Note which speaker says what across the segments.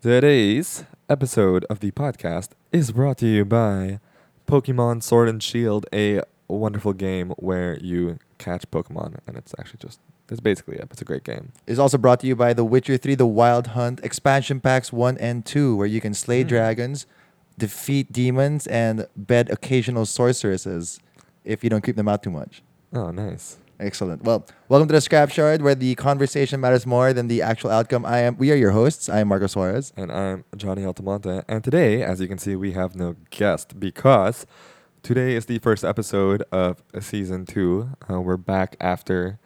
Speaker 1: Today's episode of the podcast is brought to you by Pokemon Sword and Shield, a wonderful game where you catch Pokemon, and it's actually just that's basically it. It's a great game.
Speaker 2: is also brought to you by The Witcher 3 The Wild Hunt expansion packs 1 and 2 where you can slay
Speaker 1: Hmm.
Speaker 2: dragons, defeat demons and bed occasional sorceresses if you don't creep them out too much.
Speaker 1: Oh, nice.
Speaker 2: Excellent. Well, welcome to the Scrap Shard where the conversation matters more than the actual outcome. I am we are your hosts. I am Marco Suarez.
Speaker 1: And I'm Johnny Altamonte. And today, as you can see, we have no guest because today is the first episode of season two. Uh, we're back after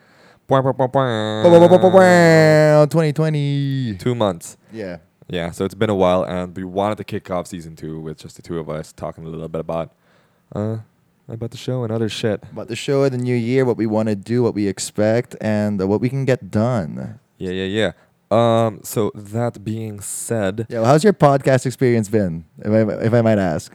Speaker 1: two
Speaker 2: 2020.
Speaker 1: months.
Speaker 2: Yeah.
Speaker 1: Yeah, so it's been a while, and we wanted to kick off season two with just the two of us talking a little bit about uh, about the show and other shit.
Speaker 2: About the show of the new year, what we want to do, what we expect and uh, what we can get done.
Speaker 1: Yeah, yeah, yeah. Um, so that being said,
Speaker 2: Yeah, well, how's your podcast experience been? If I, if I might ask.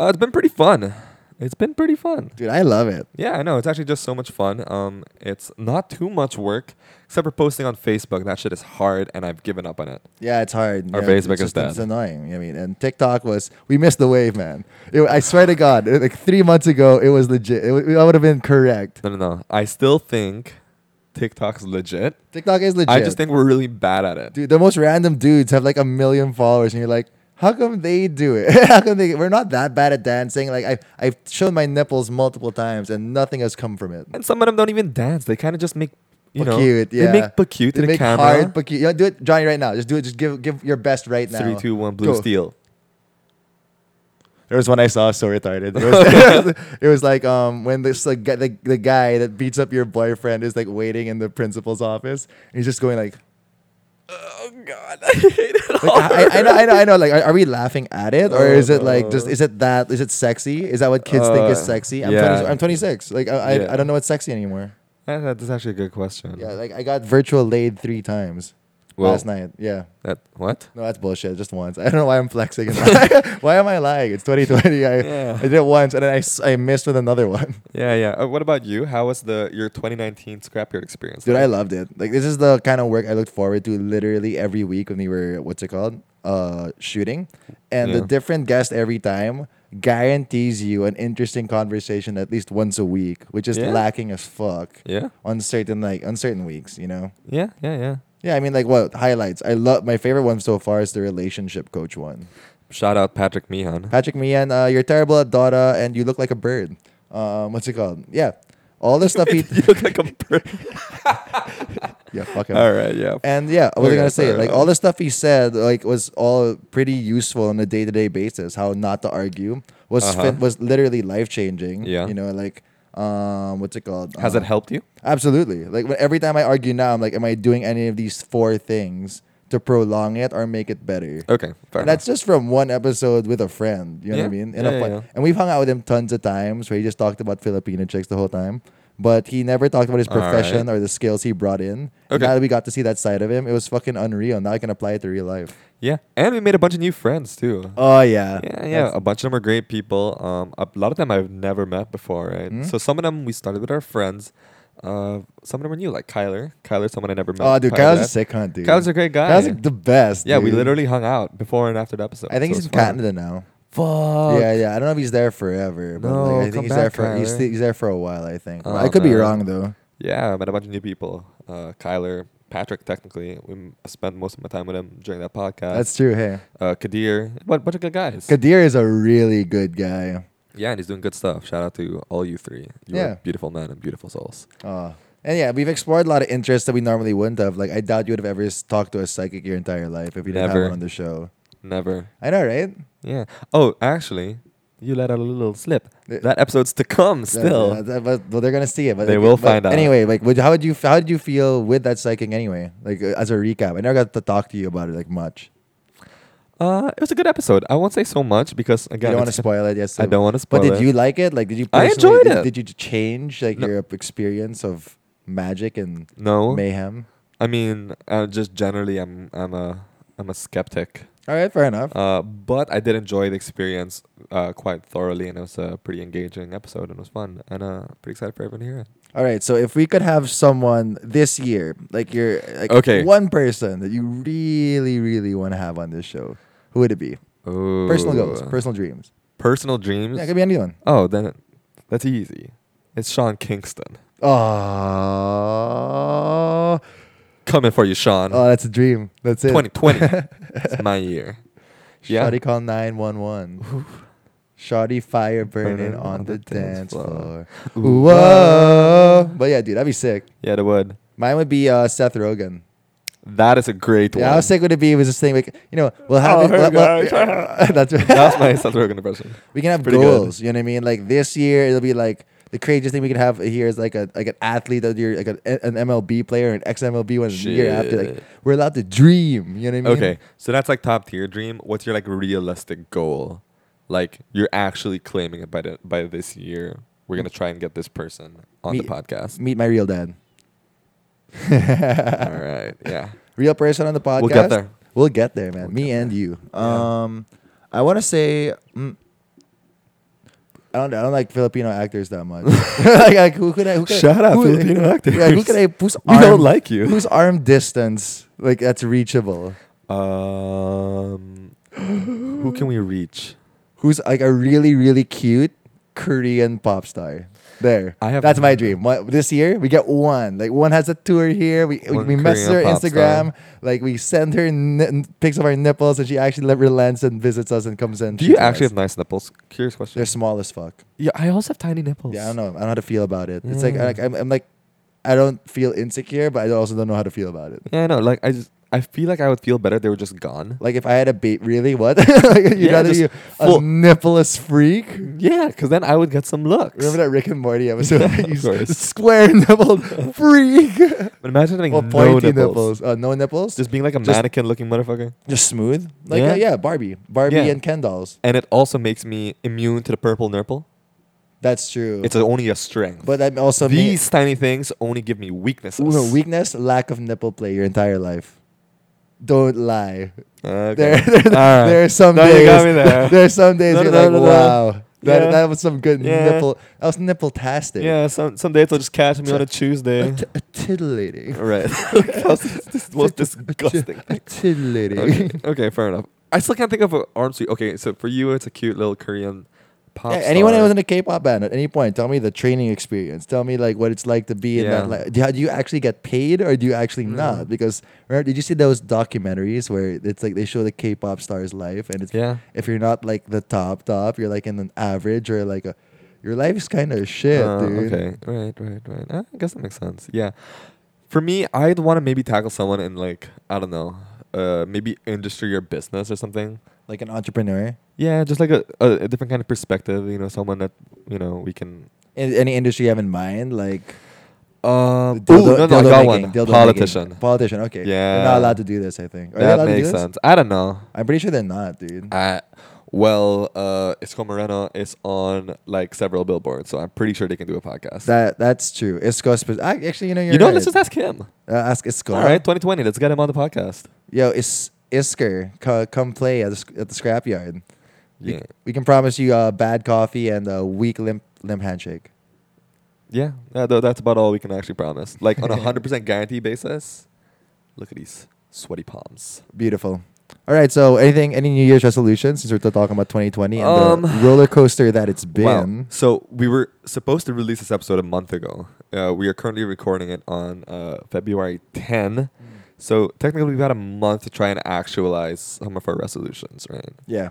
Speaker 1: uh, it's been pretty fun. It's been pretty fun.
Speaker 2: Dude, I love it.
Speaker 1: Yeah, I know. It's actually just so much fun. Um, it's not too much work, except for posting on Facebook. That shit is hard, and I've given up on it.
Speaker 2: Yeah, it's hard.
Speaker 1: Our
Speaker 2: yeah,
Speaker 1: Facebook
Speaker 2: it's
Speaker 1: is
Speaker 2: just-
Speaker 1: dead.
Speaker 2: It's annoying. I mean, and TikTok was we missed the wave, man. It, I swear to God, it- like three months ago, it was legit. It, wa- I would have been correct.
Speaker 1: No, no, no. I still think TikTok's legit.
Speaker 2: TikTok is legit.
Speaker 1: I just think we're really bad at it.
Speaker 2: dude, the most random dudes have like a million followers, and you're like, how come they do it? how come they? We're not that bad at dancing. Like I, I've shown my nipples multiple times, and nothing has come from it.
Speaker 1: And some of them don't even dance. They kind of just make you know
Speaker 2: Cute, yeah.
Speaker 1: they make but cute to
Speaker 2: They
Speaker 1: the
Speaker 2: make
Speaker 1: camera.
Speaker 2: hard, but cute. You know, do it, Johnny, right now. Just do it. Just give give your best right now.
Speaker 1: Three, two, one, blue
Speaker 2: Go.
Speaker 1: steel.
Speaker 2: There was one I saw so retarded. It was, it was like um when this like guy, the, the guy that beats up your boyfriend is like waiting in the principal's office. And he's just going like,
Speaker 1: Oh God, I hate it
Speaker 2: like, I, I- I know, I know, I know. Like, are, are we laughing at it
Speaker 1: Oh,
Speaker 2: or is it like just is it that is it sexy? Is that what kids think is
Speaker 1: Uh,
Speaker 2: sexy? I'm,
Speaker 1: yeah.
Speaker 2: 20, I'm 26. Like, I,
Speaker 1: Yeah.
Speaker 2: I I don't know what's sexy anymore.
Speaker 1: That's actually a good question.
Speaker 2: Yeah, like I got virtual laid three times
Speaker 1: Well-
Speaker 2: last night. Yeah.
Speaker 1: That what?
Speaker 2: No, that's bullshit. Just once. I don't know why I'm flexing. why am I lying? It's 2020. I,
Speaker 1: Yeah.
Speaker 2: I did it once and then I, s- I missed with another one.
Speaker 1: Yeah, yeah. Uh, what about you? How was the your 2019 scrapyard experience?
Speaker 2: Dude, I
Speaker 1: like?
Speaker 2: loved it. Like this is the kind of work I looked forward to literally every week when we were what's it called? Uh shooting. And
Speaker 1: Yeah.
Speaker 2: the different guest every time guarantees you an interesting conversation at least once a week, which is
Speaker 1: Yeah.
Speaker 2: lacking as fuck
Speaker 1: Yeah,
Speaker 2: on certain like on certain weeks, you know?
Speaker 1: yeah, yeah, yeah.
Speaker 2: Yeah, I mean like what highlights. I love my favorite one so far is the relationship coach one.
Speaker 1: Shout out Patrick Meehan.
Speaker 2: Patrick Meehan, uh, you're terrible at Dota and you look like a bird. Um, what's it called? Yeah. All the stuff he
Speaker 1: you look like a bird.
Speaker 2: Yeah, fuck him.
Speaker 1: All right, yeah.
Speaker 2: And yeah, I was
Speaker 1: We're
Speaker 2: I
Speaker 1: gonna
Speaker 2: gonna say
Speaker 1: throw it
Speaker 2: like
Speaker 1: out.
Speaker 2: all the stuff he said like was all pretty useful on a day to day basis. How not to argue was
Speaker 1: Uh-huh.
Speaker 2: fit, was literally life changing.
Speaker 1: Yeah.
Speaker 2: you know, like um, what's it called?
Speaker 1: Has
Speaker 2: Uh,
Speaker 1: it helped you?
Speaker 2: Absolutely. Like when, every time I argue now, I'm like, am I doing any of these four things to prolong it or make it better?
Speaker 1: Okay, fair
Speaker 2: And that's just from one episode with a friend. You know what I
Speaker 1: Yeah.
Speaker 2: mean? And,
Speaker 1: Yeah,
Speaker 2: a
Speaker 1: yeah,
Speaker 2: fun-
Speaker 1: yeah.
Speaker 2: and we've hung out with him tons of times where he just talked about Filipino chicks the whole time. But he never talked about his
Speaker 1: All
Speaker 2: profession
Speaker 1: right.
Speaker 2: or the skills he brought in. And
Speaker 1: Okay.
Speaker 2: now that we got to see that side of him, it was fucking unreal. Now I can apply it to real life.
Speaker 1: Yeah, and we made a bunch of new friends too.
Speaker 2: Oh yeah.
Speaker 1: Yeah, yeah. A bunch of them are great people. Um, a lot of them I've never met before, right?
Speaker 2: Mhm.
Speaker 1: So some of them we started with our friends. Uh, some of them are new, like Kyler. Kyler's someone I never met.
Speaker 2: Oh
Speaker 1: prior
Speaker 2: dude,
Speaker 1: to
Speaker 2: Kyle's a
Speaker 1: that.
Speaker 2: sick hunt, dude.
Speaker 1: Kyle's a great guy.
Speaker 2: Kyle's like the best.
Speaker 1: yeah, we
Speaker 2: dude.
Speaker 1: literally hung out before and after the episode.
Speaker 2: I think
Speaker 1: so
Speaker 2: he's in
Speaker 1: it's fun.
Speaker 2: Canada now.
Speaker 1: Fuck.
Speaker 2: Yeah, yeah. I don't know if he's there forever, but
Speaker 1: No,
Speaker 2: like, I
Speaker 1: come
Speaker 2: think he's there
Speaker 1: back,
Speaker 2: for he's,
Speaker 1: Kyler.
Speaker 2: he's there for a while. I think
Speaker 1: Oh,
Speaker 2: I could be
Speaker 1: no.
Speaker 2: wrong though.
Speaker 1: Yeah, I met a bunch of new people. Uh, Kyler, Patrick, technically. We m- spent most of my time with him during that podcast.
Speaker 2: That's true. Hey,
Speaker 1: uh, Kadir. What bunch of good guys.
Speaker 2: Kadir is a really good guy.
Speaker 1: yeah, and he's doing good stuff. Shout out to all you three. You are
Speaker 2: Yeah.
Speaker 1: beautiful men and beautiful souls.
Speaker 2: Uh, and yeah, we've explored a lot of interests that we normally wouldn't have. Like, I doubt you would have ever s- talked to a psychic your entire life if you didn't have
Speaker 1: Never.
Speaker 2: one on the show.
Speaker 1: Never.
Speaker 2: I know, right?
Speaker 1: Yeah. Oh, actually, you let out a little slip.
Speaker 2: Th-
Speaker 1: That episode's to come still.
Speaker 2: Yeah, that- but, well, they're gonna see it. But
Speaker 1: They
Speaker 2: but-
Speaker 1: will
Speaker 2: but
Speaker 1: find out.
Speaker 2: Anyway, like, would, how would you how did you feel with that psychic anyway? Like, uh, as a recap, I never got to talk to you about it like much.
Speaker 1: Uh, it was a good episode. I won't say so much because
Speaker 2: you
Speaker 1: again,
Speaker 2: don't want to
Speaker 1: it's-
Speaker 2: spoil it, yes?
Speaker 1: I
Speaker 2: so-
Speaker 1: don't want to spoil
Speaker 2: But did
Speaker 1: it.
Speaker 2: you like it? Like, did you?
Speaker 1: I
Speaker 2: personally-
Speaker 1: enjoyed
Speaker 2: did-
Speaker 1: it.
Speaker 2: Did you change like
Speaker 1: No.
Speaker 2: your experience of magic and
Speaker 1: No.
Speaker 2: mayhem?
Speaker 1: I mean, uh, just generally, I'm I'm a I'm a skeptic.
Speaker 2: All right, fair enough.
Speaker 1: Uh, but I did enjoy the experience uh, quite thoroughly, and it was a pretty engaging episode, and it was fun, and uh, pretty excited for everyone to hear it.
Speaker 2: All right, so if we could have someone this year, like you're like
Speaker 1: Okay.
Speaker 2: one person that you really, really want to have on this show, who would it be? Personal goals,
Speaker 1: Ooh.
Speaker 2: personal dreams.
Speaker 1: personal dreams.
Speaker 2: Yeah, it could be anyone.
Speaker 1: oh, then it, that's easy. It's Sean Kingston
Speaker 2: Oh,
Speaker 1: coming for you, Sean.
Speaker 2: oh, that's a dream. That's it.
Speaker 1: 2020. it's my year. Yeah.
Speaker 2: Shoddy call nine one one. Shoddy fire burning
Speaker 1: Burning
Speaker 2: on the dance floor.
Speaker 1: Ooh.
Speaker 2: Whoa! But yeah, dude, that'd be sick.
Speaker 1: Yeah, the would.
Speaker 2: Mine would be uh, Seth Rogen.
Speaker 1: That is a great
Speaker 2: Yeah,
Speaker 1: one.
Speaker 2: how sick would it be? if It was this thing like you know we'll have
Speaker 1: Oh,
Speaker 2: it,
Speaker 1: here
Speaker 2: we'll-
Speaker 1: we
Speaker 2: we'll-
Speaker 1: go.
Speaker 2: that's right.
Speaker 1: That's my Seth Rogen impression.
Speaker 2: we can have
Speaker 1: Pretty
Speaker 2: goals. You know what I mean? Like this year, it'll be like the craziest thing we could have here is like a like an athlete that you're like a, an MLB player, an ex MLB one, the year after. Like
Speaker 1: Shit.
Speaker 2: we're allowed to dream. You know what I mean?
Speaker 1: Okay, so that's like top tier dream. What's your like realistic goal? Like you're actually claiming it by the, by this year. We're gonna try and get this person on
Speaker 2: Me-
Speaker 1: the podcast.
Speaker 2: Meet my real dad.
Speaker 1: All right, yeah.
Speaker 2: real person on the podcast.
Speaker 1: We'll get there.
Speaker 2: We'll get there, man.
Speaker 1: We'll
Speaker 2: Me
Speaker 1: get
Speaker 2: and you.
Speaker 1: Yeah.
Speaker 2: Um, I want to say. Mm, I don't, I don't like Filipino actors that much. like, like, who could I? Who could I-
Speaker 1: Shout out
Speaker 2: who-
Speaker 1: Filipino actors.
Speaker 2: Yeah, who could I? Who's
Speaker 1: We
Speaker 2: arm,
Speaker 1: don't like you.
Speaker 2: Whose arm distance like that's reachable?
Speaker 1: Um, who can we reach?
Speaker 2: Who's like a really really cute Korean pop star? There,
Speaker 1: I have-
Speaker 2: that's my dream. My, this year we get one. Like one has a tour here. We we-
Speaker 1: One
Speaker 2: we mess her
Speaker 1: Korean pop
Speaker 2: Instagram. Like we send her n- pics of our nipples, and she actually never lands and visits us and comes in.
Speaker 1: Do you
Speaker 2: shoots us.
Speaker 1: actually have nice nipples? Curious question.
Speaker 2: They're small as fuck.
Speaker 1: yeah, I also have tiny nipples.
Speaker 2: Yeah, I don't know. I don't know how to feel about it. It's like, I,
Speaker 1: Yeah.
Speaker 2: like I'm, I'm like, I don't feel insecure, but I also don't know how to feel about it.
Speaker 1: Yeah, I know. Like I just, I feel like I would feel better if they were just gone.
Speaker 2: Like if I had a bait, really? What? like, you'd
Speaker 1: Yeah,
Speaker 2: rather
Speaker 1: just
Speaker 2: be a
Speaker 1: full-
Speaker 2: nippless freak?
Speaker 1: Yeah, because then I would get some looks.
Speaker 2: Remember that Rick and Morty episode?
Speaker 1: Yeah, of
Speaker 2: you s-
Speaker 1: course.
Speaker 2: Square nippled freak.
Speaker 1: But imagine having
Speaker 2: well,
Speaker 1: no
Speaker 2: pointy
Speaker 1: nipples.
Speaker 2: nipples. Uh, no nipples. Just,
Speaker 1: Just being like a
Speaker 2: Just-
Speaker 1: mannequin-looking motherfucker.
Speaker 2: smoood. Like yeah,
Speaker 1: Yeah.
Speaker 2: uh, yeah Barbie, Barbie
Speaker 1: Yeah.
Speaker 2: and Ken dolls.
Speaker 1: And it also makes me immune to the purple nurple.
Speaker 2: That's true.
Speaker 1: It's a, only a strength.
Speaker 2: but that also
Speaker 1: These tiny things only give me weaknesses.
Speaker 2: means Ooh, weakness, lack of nipple play your entire life. Don't lie.
Speaker 1: Okay.
Speaker 2: There, there,
Speaker 1: All right.
Speaker 2: there are some
Speaker 1: No,
Speaker 2: days.
Speaker 1: you got me there.
Speaker 2: are some days
Speaker 1: No,
Speaker 2: you're
Speaker 1: no,
Speaker 2: like,
Speaker 1: no, no.
Speaker 2: wow, that,
Speaker 1: Yeah.
Speaker 2: that was some good
Speaker 1: Yeah.
Speaker 2: nipple. That was nipple tastic.
Speaker 1: yeah, some some days they'll just catch me on a Tuesday.
Speaker 2: titillating.
Speaker 1: Right. that was just the most disgusting.
Speaker 2: A titillating.
Speaker 1: Okay. okay, fair enough. I still can't think of an arm sweep. Okay, so for you, it's a cute little Korean pop.
Speaker 2: Yeah, anyone that
Speaker 1: star.
Speaker 2: was in a K-pop band at any point, tell me the training experience. Tell me like what it's like to be in
Speaker 1: Yeah.
Speaker 2: that. Like, do, you- do you actually get paid or do you actually
Speaker 1: Mhm.
Speaker 2: not? Because remember, did you see those documentaries where it's like they show the K-pop stars' life and it's
Speaker 1: Yeah.
Speaker 2: if you're not like the top top, you're like in an average or like a your life's kind of shit,
Speaker 1: Uh,
Speaker 2: dude.
Speaker 1: Okay, right, right, right. Uh, I guess that makes sense. Yeah, for me, I'd want to maybe tackle someone in like I don't know, uh, maybe industry or business or something.
Speaker 2: Like an entrepreneur.
Speaker 1: Yeah, just like a, a, a different kind of perspective. You know, someone that you know we can.
Speaker 2: In, any industry you have in mind, like
Speaker 1: Um,
Speaker 2: Uh, dildo-
Speaker 1: ooh, no, no, I
Speaker 2: dildo
Speaker 1: got
Speaker 2: making,
Speaker 1: one.
Speaker 2: dildo making.
Speaker 1: Politician.
Speaker 2: Politician. Okay. They're
Speaker 1: Yeah.
Speaker 2: not allowed to do this. I think. Are they allowed
Speaker 1: that
Speaker 2: to do
Speaker 1: makes
Speaker 2: this?
Speaker 1: sense. I don't know.
Speaker 2: I'm pretty sure they're not, dude.
Speaker 1: I, well, uh, Isco Moreno is on like several billboards, so I'm pretty sure they can do a podcast.
Speaker 2: That that's true. Isco spe- I- actually, you know, you're
Speaker 1: you know,
Speaker 2: right.
Speaker 1: let's just ask him.
Speaker 2: uh, ask Isco.
Speaker 1: All right, 2020, let's get him on the podcast.
Speaker 2: Yo, is Isker, co- come play at the, sc- at the scrapyard. We-
Speaker 1: Yeah,
Speaker 2: We can promise you uh, bad coffee and a weak limp limp handshake.
Speaker 1: yeah. Uh, tho- that's about all we can actually promise. Like on a hundred percent guarantee basis. Look at these sweaty palms.
Speaker 2: Beautiful. All right. So, anything, any New Year's resolutions since we're still talking about 2020 and the
Speaker 1: Um,
Speaker 2: roller coaster that it's been?
Speaker 1: Wow. So we were supposed to release this episode a month ago. Uh, we are currently recording it on uh, February 10. So technically, we've had a month to try and actualize some of our resolutions, right?
Speaker 2: Yeah.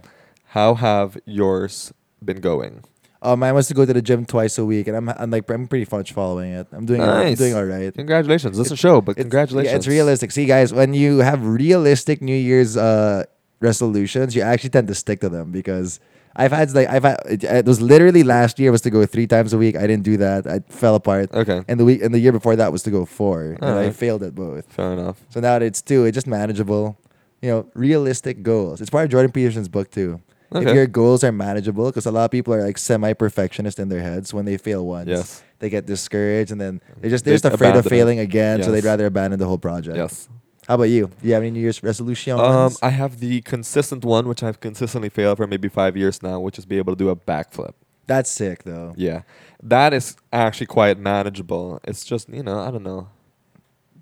Speaker 1: How have yours been going?
Speaker 2: Uh, mine was to go to the gym twice a week, and I'm, I'm like I'm pretty much following it. I'm doing I'm
Speaker 1: Nice.
Speaker 2: doing all right.
Speaker 1: Congratulations. This is a show, but
Speaker 2: It's-
Speaker 1: congratulations.
Speaker 2: Yeah, it's realistic. See, guys, when you have realistic New Year's uh, resolutions, you actually tend to stick to them because I've had like I've had it, it was literally last year was to go three times a week. I didn't do that. I fell apart.
Speaker 1: Okay.
Speaker 2: And the week and the year before that was to go four, and I
Speaker 1: Alright.
Speaker 2: failed at both.
Speaker 1: Fair enough.
Speaker 2: So now that it's two, it's just manageable. You know, realistic goals. It's part of Jordan Peterson's book too. If
Speaker 1: Okay.
Speaker 2: your goals are manageable, because a lot of people are like semi-perfectionist in their heads. When they fail once,
Speaker 1: Yes.
Speaker 2: they get discouraged, and then they just they're
Speaker 1: They
Speaker 2: just afraid
Speaker 1: abandon
Speaker 2: of
Speaker 1: it.
Speaker 2: failing again, so they'd
Speaker 1: Yes.
Speaker 2: rather abandon the whole project.
Speaker 1: Yes.
Speaker 2: How about you? Do you have any New Year's resolution?
Speaker 1: Um,
Speaker 2: ones?
Speaker 1: I have the consistent one, which I've consistently failed for maybe five years now, which is be able to do a backflip.
Speaker 2: That's sick though.
Speaker 1: Yeah, that is actually quite manageable. It's just you know I don't know.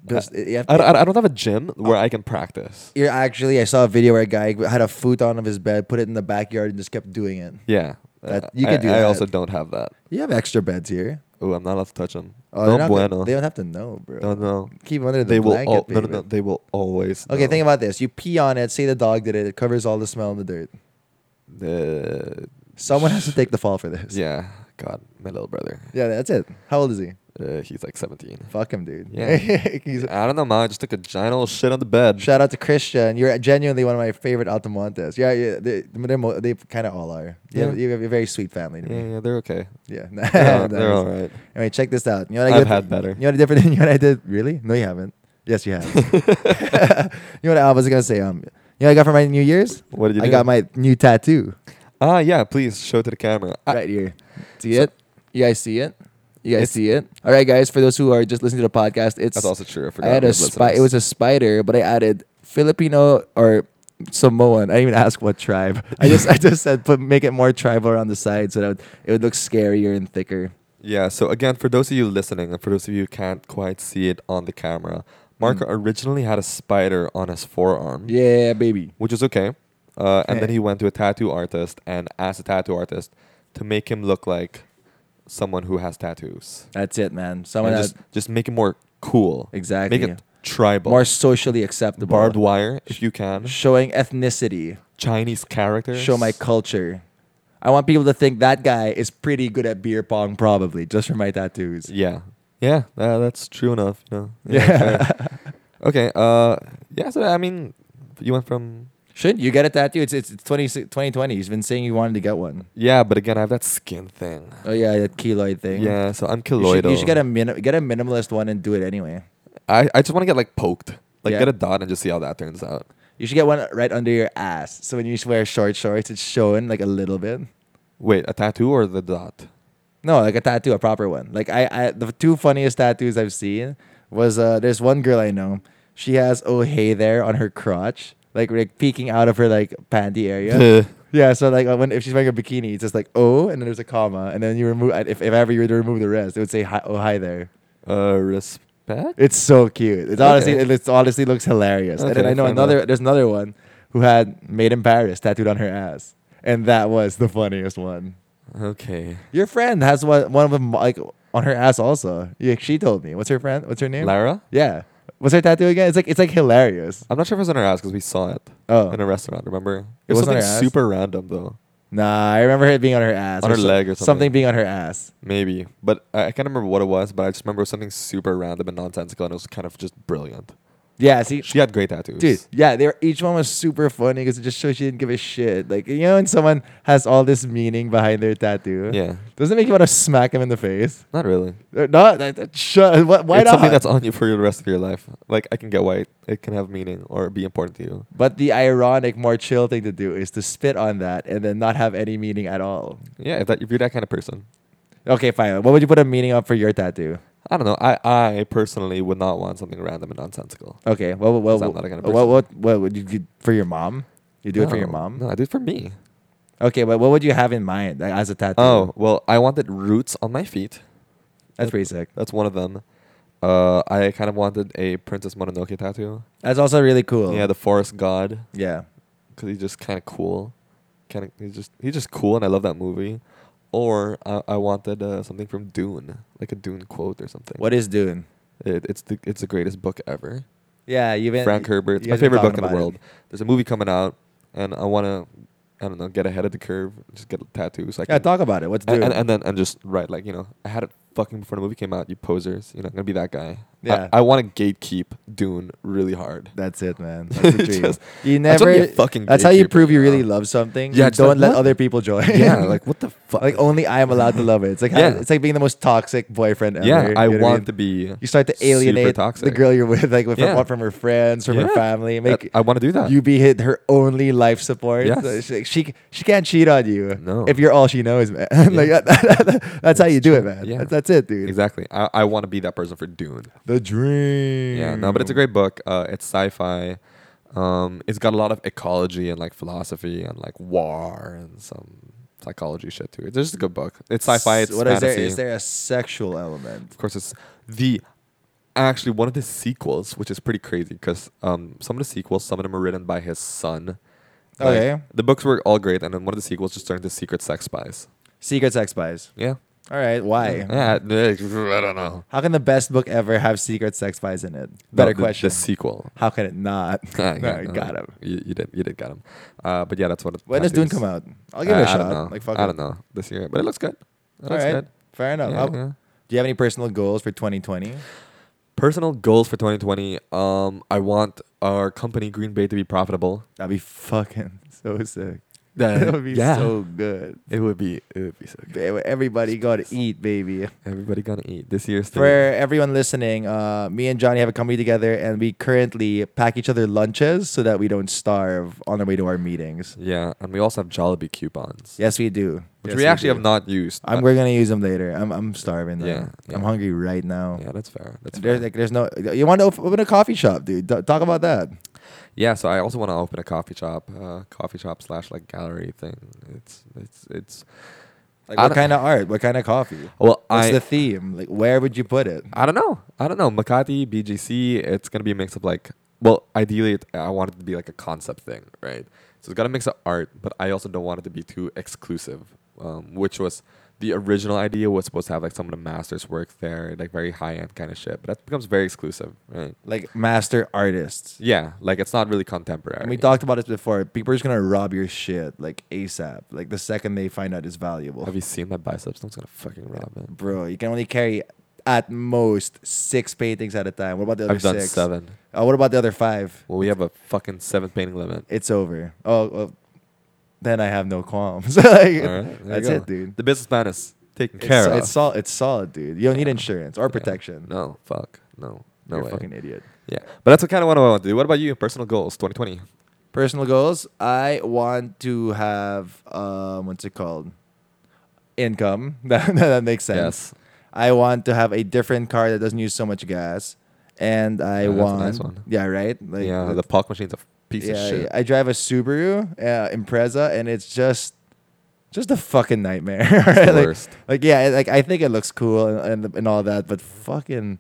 Speaker 2: Because you have
Speaker 1: I,
Speaker 2: to-
Speaker 1: I, I don't have a gym where I can practice.
Speaker 2: you're actually, I saw a video where a guy had a futon of his bed, put it in the backyard, and just kept doing it.
Speaker 1: Yeah,
Speaker 2: That-
Speaker 1: Uh,
Speaker 2: you could
Speaker 1: I,
Speaker 2: do
Speaker 1: I
Speaker 2: that.
Speaker 1: also don't have that.
Speaker 2: You have extra beds here.
Speaker 1: Oh, I'm not allowed to touch them.
Speaker 2: Oh,
Speaker 1: no
Speaker 2: they're not-
Speaker 1: bueno.
Speaker 2: They don't have to know, bro.
Speaker 1: no, no.
Speaker 2: Keep 'em under the
Speaker 1: They will.
Speaker 2: blanket.
Speaker 1: Al- no, no,
Speaker 2: baby.
Speaker 1: no. They will always.
Speaker 2: Okay,
Speaker 1: know.
Speaker 2: think about this. You pee on it, say the dog did it, it covers all the smell and the dirt.
Speaker 1: Uh,
Speaker 2: Someone has to take the fall for this.
Speaker 1: yeah. God, my little brother.
Speaker 2: Yeah, that's it. How old is he?
Speaker 1: Uh, he's like 17.
Speaker 2: Fuck him, dude.
Speaker 1: Yeah.
Speaker 2: He's-
Speaker 1: I don't know, man. I just took a giant old shit on the bed.
Speaker 2: shout out to Christian. You're genuinely one of my favorite Altamontes. Yeah, yeah they, they're mo- they kind of all are. You,
Speaker 1: Yeah.
Speaker 2: have, you have a very sweet family to me.
Speaker 1: Yeah, yeah, they're okay.
Speaker 2: Yeah.
Speaker 1: They're, all-
Speaker 2: Nice.
Speaker 1: they're all right.
Speaker 2: Anyway, check this out. You know what I
Speaker 1: I've
Speaker 2: did-
Speaker 1: had better.
Speaker 2: You know what I different? You know what I did? Really? No, you haven't. Yes, you have. you know what I was gonna say? Um, you know what I got for my New Year's?
Speaker 1: What did you
Speaker 2: I
Speaker 1: do?
Speaker 2: got my new tattoo
Speaker 1: Ah, yeah. Please show to the camera. I-
Speaker 2: right here. See it? You guys see it? You guys see it? All right, guys. For those who are just listening to the podcast, it's
Speaker 1: that's also true. I forgot.
Speaker 2: I had
Speaker 1: we
Speaker 2: a
Speaker 1: have
Speaker 2: spider.
Speaker 1: listeners.
Speaker 2: It was a spider, but I added Filipino or Samoan. I didn't even ask what tribe. I just I just said put make it more tribal around the side so that it would, it would look scarier and thicker.
Speaker 1: Yeah, so again, for those of you listening, and for those of you who can't quite see it on the camera, Marco originally had a spider on his forearm,
Speaker 2: Mm. Yeah, baby.
Speaker 1: which is okay. Uh, and then
Speaker 2: Yeah.
Speaker 1: he went to a tattoo artist and asked a tattoo artist to make him look like someone who has tattoos.
Speaker 2: That's it, man. Someone
Speaker 1: And
Speaker 2: that
Speaker 1: just, just make it more cool.
Speaker 2: exactly
Speaker 1: Make it tribal.
Speaker 2: more socially acceptable.
Speaker 1: barbed wire, if you can.
Speaker 2: Showing ethnicity.
Speaker 1: Chinese characters.
Speaker 2: Show my culture. I want people to think that guy is pretty good at beer pong, probably, just for my tattoos.
Speaker 1: Yeah. Yeah, uh, that's true enough. You know?
Speaker 2: Yeah.
Speaker 1: fair. okay. Uh, yeah, so I mean, you went from
Speaker 2: Should you get a tattoo? It's it's 20, 2020. He's been saying you wanted to get one.
Speaker 1: Yeah, but again, I have that skin thing.
Speaker 2: Oh yeah, that keloid thing.
Speaker 1: Yeah, so I'm
Speaker 2: You
Speaker 1: keloidal.
Speaker 2: should, you should get a min- get a minimalist one and do it anyway.
Speaker 1: I, I just want to get like poked, like
Speaker 2: Yeah.
Speaker 1: get a dot and just see how that turns out.
Speaker 2: You should get one right under your ass. So when you wear short shorts, it's showing like a little bit.
Speaker 1: Wait, a tattoo or the dot?
Speaker 2: No, like a tattoo, a proper one. Like I, I the two funniest tattoos I've seen was uh, there's one girl I know. She has oh hey there on her crotch, like like peeking out of her like panty area. yeah, so like uh, when if she's wearing a bikini, it's just like oh, and then there's a comma, and then you remove if if ever you were to remove the rest, it would say hi, oh hi there.
Speaker 1: uh, respect.
Speaker 2: It's so cute. It's honestly
Speaker 1: Okay.
Speaker 2: it, it's honestly looks hilarious. and then
Speaker 1: Okay,
Speaker 2: I know
Speaker 1: fair
Speaker 2: another
Speaker 1: enough.
Speaker 2: there's another one who had made in Paris tattooed on her ass, and that was the funniest one.
Speaker 1: Okay.
Speaker 2: Your friend has one one of them like on her ass also. Yeah, she told me. What's her friend? What's her name?
Speaker 1: Lara?
Speaker 2: Yeah. What's her tattoo again? It's like it's like hilarious.
Speaker 1: I'm not sure if it was on her ass because we saw it
Speaker 2: Oh.
Speaker 1: in a restaurant, remember? It
Speaker 2: It
Speaker 1: was
Speaker 2: was on
Speaker 1: something
Speaker 2: her ass?
Speaker 1: super random though.
Speaker 2: Nah, I remember it being on her ass.
Speaker 1: On her leg or
Speaker 2: Something
Speaker 1: something.
Speaker 2: being on her ass.
Speaker 1: Maybe. But I, I can't remember what it was, but I just remember it was something super random and nonsensical and it was kind of just brilliant.
Speaker 2: Yeah, see
Speaker 1: She had great tattoos.
Speaker 2: Dude, yeah, they were, each one was super funny because it just shows she didn't give a shit. Like you know, when someone has all this meaning behind their tattoo,
Speaker 1: Yeah.
Speaker 2: doesn't it make you want to smack him in the face?
Speaker 1: Not really.
Speaker 2: Uh, No, that, that, shut, what, why
Speaker 1: it's
Speaker 2: not?
Speaker 1: something that's on you for the rest of your life. Like I can get white. It can have meaning or be important to you.
Speaker 2: but the ironic, more chill thing to do is to spit on that and then not have any meaning at all.
Speaker 1: Yeah, if that if you're that kind of person.
Speaker 2: Okay, fine. What would you put a meaning up for your tattoo?
Speaker 1: I don't know. I, I personally would not want something random and nonsensical.
Speaker 2: Okay, what what what
Speaker 1: Sound
Speaker 2: what,
Speaker 1: like an
Speaker 2: what, what, what would you do for your mom? You do it for your
Speaker 1: No,
Speaker 2: mom.
Speaker 1: No, I do it for me.
Speaker 2: Okay, but what would you have in mind like, as a tattoo?
Speaker 1: Oh, well, I wanted roots on my feet.
Speaker 2: that's pretty sick.
Speaker 1: That's one of them. Uh, I kind of wanted a Princess Mononoke tattoo.
Speaker 2: That's also really cool.
Speaker 1: Yeah, the forest god,
Speaker 2: yeah.
Speaker 1: because he's just kind of cool. Kind of, he's just he's just cool, and I love that movie. Or I, I wanted uh, something from Dune, like a Dune quote or something.
Speaker 2: What is doing?
Speaker 1: It, it's the it's the greatest book ever.
Speaker 2: Yeah, you've been
Speaker 1: Frank
Speaker 2: y-
Speaker 1: Herbert. It's
Speaker 2: you
Speaker 1: my
Speaker 2: guys been
Speaker 1: favorite book in
Speaker 2: talking
Speaker 1: the
Speaker 2: about
Speaker 1: world.
Speaker 2: it.
Speaker 1: There's a movie coming out, and I want to, I don't know, get ahead of the curve. Just get a tattoo. So I
Speaker 2: Yeah,
Speaker 1: can,
Speaker 2: talk about it. What's doing?
Speaker 1: and, and, and then and just write like you know, I had it fucking before the movie came out. You posers. You know, I'm gonna be that guy. I-
Speaker 2: Yeah.
Speaker 1: I, want to gatekeep Dune really hard.
Speaker 2: that's it, man. That's the dream.
Speaker 1: Just-
Speaker 2: you
Speaker 1: that's what
Speaker 2: never.
Speaker 1: you fucking
Speaker 2: that's how you
Speaker 1: gatekeeper,
Speaker 2: prove you
Speaker 1: you
Speaker 2: really
Speaker 1: know?
Speaker 2: love something.
Speaker 1: uh, Yeah,
Speaker 2: you
Speaker 1: just like,
Speaker 2: don't let
Speaker 1: what?
Speaker 2: other people join.
Speaker 1: yeah, like what the fuck?
Speaker 2: like only I am allowed to love it. It's like
Speaker 1: Yeah.
Speaker 2: how, it's like being the most toxic boyfriend ever.
Speaker 1: yeah,
Speaker 2: you
Speaker 1: I
Speaker 2: know what
Speaker 1: want
Speaker 2: mean?
Speaker 1: to be. uh,
Speaker 2: You start to
Speaker 1: super
Speaker 2: alienate the
Speaker 1: toxic.
Speaker 2: girl you're with, like from,
Speaker 1: Yeah.
Speaker 2: from her friends, from her
Speaker 1: Yeah.
Speaker 2: family.
Speaker 1: That-
Speaker 2: Make
Speaker 1: I want to do that.
Speaker 2: you be hit her only life support.
Speaker 1: Yes.
Speaker 2: So she, she she can't cheat on you.
Speaker 1: No.
Speaker 2: if you're all she knows, man. like that's how you do it, man.
Speaker 1: Yeah.
Speaker 2: That's, that's it, dude.
Speaker 1: exactly. I, I want to be that person for Dune.
Speaker 2: The The dream.
Speaker 1: Yeah, no, but it's a great book. Uh, it's sci-fi. Um, it's got a lot of ecology and like philosophy and like war and some psychology shit too. It's just a good book. It's sci-fi. It's
Speaker 2: What is
Speaker 1: fantasy.
Speaker 2: there? Is there a sexual element?
Speaker 1: Of course, it's the actually one of the sequels, which is pretty crazy because um, some of the sequels, some of them are written by his son. Like,
Speaker 2: Okay.
Speaker 1: the books were all great, and then one of the sequels just turned to Secret Sex Spies.
Speaker 2: Secret sex spies.
Speaker 1: Yeah.
Speaker 2: All right. Why?
Speaker 1: Yeah, I don't know.
Speaker 2: How can the best book ever have secret sex spies in it? Better
Speaker 1: No, the-
Speaker 2: question.
Speaker 1: The sequel.
Speaker 2: How can it not?
Speaker 1: Ah,
Speaker 2: no,
Speaker 1: yeah, no,
Speaker 2: I got
Speaker 1: no.
Speaker 2: him.
Speaker 1: You, you did. You did got him. Uh, but yeah, that's what. It,
Speaker 2: When
Speaker 1: that
Speaker 2: does Dune
Speaker 1: is.
Speaker 2: come out? I'll give it
Speaker 1: I- I
Speaker 2: a shot.
Speaker 1: don't know.
Speaker 2: Like fuck
Speaker 1: I
Speaker 2: it.
Speaker 1: don't know this year, but it looks good. It
Speaker 2: All
Speaker 1: looks
Speaker 2: right.
Speaker 1: good.
Speaker 2: Fair enough.
Speaker 1: Yeah,
Speaker 2: How-
Speaker 1: yeah.
Speaker 2: Do you have any personal goals for 2020?
Speaker 1: Personal goals for 2020. Um, I want our company Green Bay to be profitable.
Speaker 2: That'd be fucking so sick.
Speaker 1: That-
Speaker 2: That would be
Speaker 1: Uh, yeah.
Speaker 2: so good.
Speaker 1: It would be. It would be so
Speaker 2: Ba-
Speaker 1: good.
Speaker 2: Everybody got to eat, baby.
Speaker 1: Everybody gonna eat this year's
Speaker 2: For
Speaker 1: thing.
Speaker 2: everyone listening, uh, me and Johnny have a company together, and we currently pack each other lunches so that we don't starve on our way to our meetings.
Speaker 1: Yeah, and we also have Jollibee coupons,
Speaker 2: Yes, we do.
Speaker 1: which
Speaker 2: Yes,
Speaker 1: we actually
Speaker 2: do.
Speaker 1: have not used.
Speaker 2: I'm,
Speaker 1: but-
Speaker 2: we're gonna use them later. I'm, I'm starving. Though.
Speaker 1: Uh, Yeah, yeah.
Speaker 2: I'm hungry right now.
Speaker 1: Yeah, that's fair. That's fair.
Speaker 2: There's like, there's no. You want to op- open a coffee shop, dude? T- talk about that.
Speaker 1: Yeah, so I also want to open a coffee shop, uh, coffee shop slash like gallery thing. It's it's it's.
Speaker 2: Like,
Speaker 1: I
Speaker 2: what
Speaker 1: don't-
Speaker 2: kind of art? What kind of coffee?
Speaker 1: Well,
Speaker 2: What's
Speaker 1: I
Speaker 2: the theme? Like, where would you put it?
Speaker 1: I don't know. I don't know. Makati BGC. It's gonna be a mix of like. Well, ideally, it, I want it to be like a concept thing, right? So it's got a mix of art, but I also don't want it to be too exclusive. Um, which was the original idea was supposed to have like some of the masters' work there, like very high end kind of shit. But that becomes very exclusive, right?
Speaker 2: Like master artists.
Speaker 1: Yeah, like it's not really contemporary.
Speaker 2: And we talked about this before. People are just gonna rob your shit like ASAP. Like the second they find out it's valuable.
Speaker 1: Have you seen my biceps? No one's gonna fucking rob it.
Speaker 2: Bro, you can only carry at most six paintings at a time. What about the other
Speaker 1: I've done
Speaker 2: six?
Speaker 1: seven.
Speaker 2: Oh, what about the other five?
Speaker 1: Well, we have a fucking seven painting limit.
Speaker 2: It's over. Oh, well, then I have no qualms. like,
Speaker 1: All right, there you
Speaker 2: that's
Speaker 1: go.
Speaker 2: it, dude.
Speaker 1: The business plan is taken
Speaker 2: It's,
Speaker 1: care of.
Speaker 2: it's solid. It's solid, dude. You don't need
Speaker 1: Yeah.
Speaker 2: insurance or
Speaker 1: Yeah.
Speaker 2: protection.
Speaker 1: No, fuck, no, no
Speaker 2: You're
Speaker 1: way.
Speaker 2: a fucking idiot.
Speaker 1: yeah, but that's what kind of what I want to do. What about you? Personal goals, 2020.
Speaker 2: Personal goals. I want to have um, what's it called? Income. that, that makes
Speaker 1: Yes,
Speaker 2: sense. I want to have a different car that doesn't use so much gas, and I
Speaker 1: Yeah, that's a
Speaker 2: want.
Speaker 1: nice one.
Speaker 2: Yeah, right. Like,
Speaker 1: yeah.
Speaker 2: that-
Speaker 1: The park machine's a f- piece of
Speaker 2: yeah,
Speaker 1: shit.
Speaker 2: I drive a Subaru uh, Impreza, and it's just, just a fucking nightmare. right?
Speaker 1: the
Speaker 2: like,
Speaker 1: worst.
Speaker 2: like, yeah, like I think it looks cool and, and, and all that, but fucking,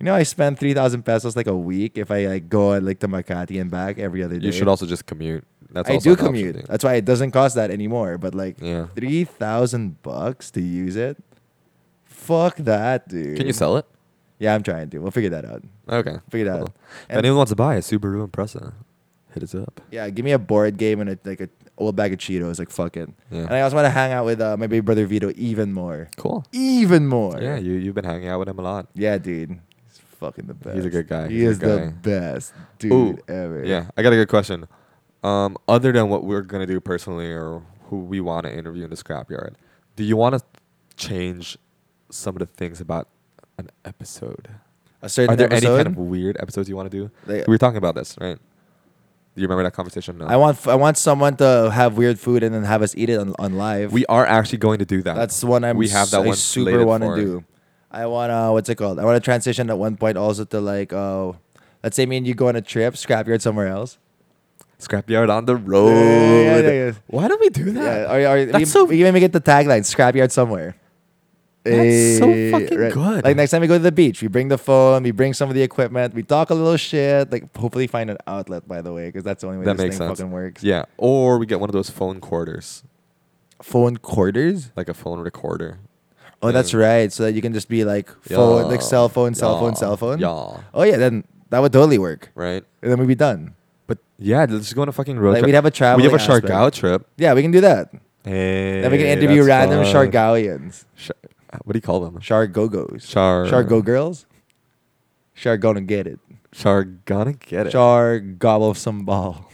Speaker 2: you know, I spend three thousand pesos like a week if I like go and like to Makati and back every other day.
Speaker 1: You should also just commute. That's
Speaker 2: I
Speaker 1: also
Speaker 2: do
Speaker 1: an option,
Speaker 2: commute.
Speaker 1: dude.
Speaker 2: That's why it doesn't cost that anymore. But like
Speaker 1: yeah.
Speaker 2: three thousand bucks to use it, fuck that, dude.
Speaker 1: Can you sell it?
Speaker 2: Yeah, I'm trying to. We'll figure that out.
Speaker 1: Okay.
Speaker 2: Figure that
Speaker 1: cool.
Speaker 2: out.
Speaker 1: If
Speaker 2: And-
Speaker 1: anyone wants to buy a Subaru Impreza, hit us up.
Speaker 2: Yeah, give me a board game and a, like a old bag of Cheetos. Like fuck it.
Speaker 1: Yeah.
Speaker 2: And I also want to hang out with uh, my baby brother Vito even more,
Speaker 1: Cool.
Speaker 2: even more.
Speaker 1: Yeah, you you've been hanging out with him a lot.
Speaker 2: Yeah, dude. He's fucking the best.
Speaker 1: He's a good guy.
Speaker 2: He
Speaker 1: He's a
Speaker 2: is
Speaker 1: good
Speaker 2: the
Speaker 1: guy.
Speaker 2: best dude
Speaker 1: Ooh,
Speaker 2: ever.
Speaker 1: Yeah, I got a good question. Um, other than what we're gonna do personally or who we want to interview in the scrapyard, do you want to change some of the things about an episode?
Speaker 2: A certain
Speaker 1: Are there
Speaker 2: episode.
Speaker 1: any kind of weird episodes you want to do?
Speaker 2: Like,
Speaker 1: We were talking about this, right? Do you remember that conversation? No.
Speaker 2: I want f- I want someone to have weird food and then have us eat it on, on live.
Speaker 1: we are actually going to do that.
Speaker 2: That's one I'm
Speaker 1: We have that
Speaker 2: s- I
Speaker 1: one
Speaker 2: super
Speaker 1: slated
Speaker 2: want to
Speaker 1: for-
Speaker 2: do. I want to what's it called? I want to transition at one point also to like uh, let's say me and you go on a trip, scrapyard somewhere else.
Speaker 1: scrapyard on the road.
Speaker 2: yeah, yeah, yeah.
Speaker 1: Why don't we do that?
Speaker 2: Yeah, or, or
Speaker 1: That's
Speaker 2: we,
Speaker 1: so-
Speaker 2: we can even get the tagline scrapyard somewhere.
Speaker 1: That's so
Speaker 2: Eh,
Speaker 1: fucking good.
Speaker 2: Like next time we go to the beach, we bring the phone, we bring some of the equipment, we talk a little shit. Like hopefully find an outlet, by the way, because that's the only way
Speaker 1: That
Speaker 2: this
Speaker 1: makes
Speaker 2: thing
Speaker 1: sense.
Speaker 2: fucking works.
Speaker 1: yeah, or we get one of those phone quarters,
Speaker 2: Phone quarters?
Speaker 1: like a phone recorder.
Speaker 2: Oh, that's
Speaker 1: Yeah.
Speaker 2: right. So that you can just be like phone,
Speaker 1: Yeah.
Speaker 2: like cell phone, cell
Speaker 1: Yeah.
Speaker 2: phone, cell phone.
Speaker 1: Yeah,
Speaker 2: Oh yeah, then that would totally work,
Speaker 1: right.
Speaker 2: and then we'd be done.
Speaker 1: But yeah, let's just go on a fucking road
Speaker 2: like
Speaker 1: trip.
Speaker 2: we'd have a travel.
Speaker 1: we have a Shargao trip.
Speaker 2: Yeah, we can do that.
Speaker 1: Hey,
Speaker 2: then we can interview
Speaker 1: that's
Speaker 2: random
Speaker 1: fun.
Speaker 2: Shargoians,
Speaker 1: Sh- what do you call them?
Speaker 2: Shargogos,
Speaker 1: Char.
Speaker 2: Shargo girls, Shark gonna get it.
Speaker 1: Char gonna get it.
Speaker 2: Char gobble some ball.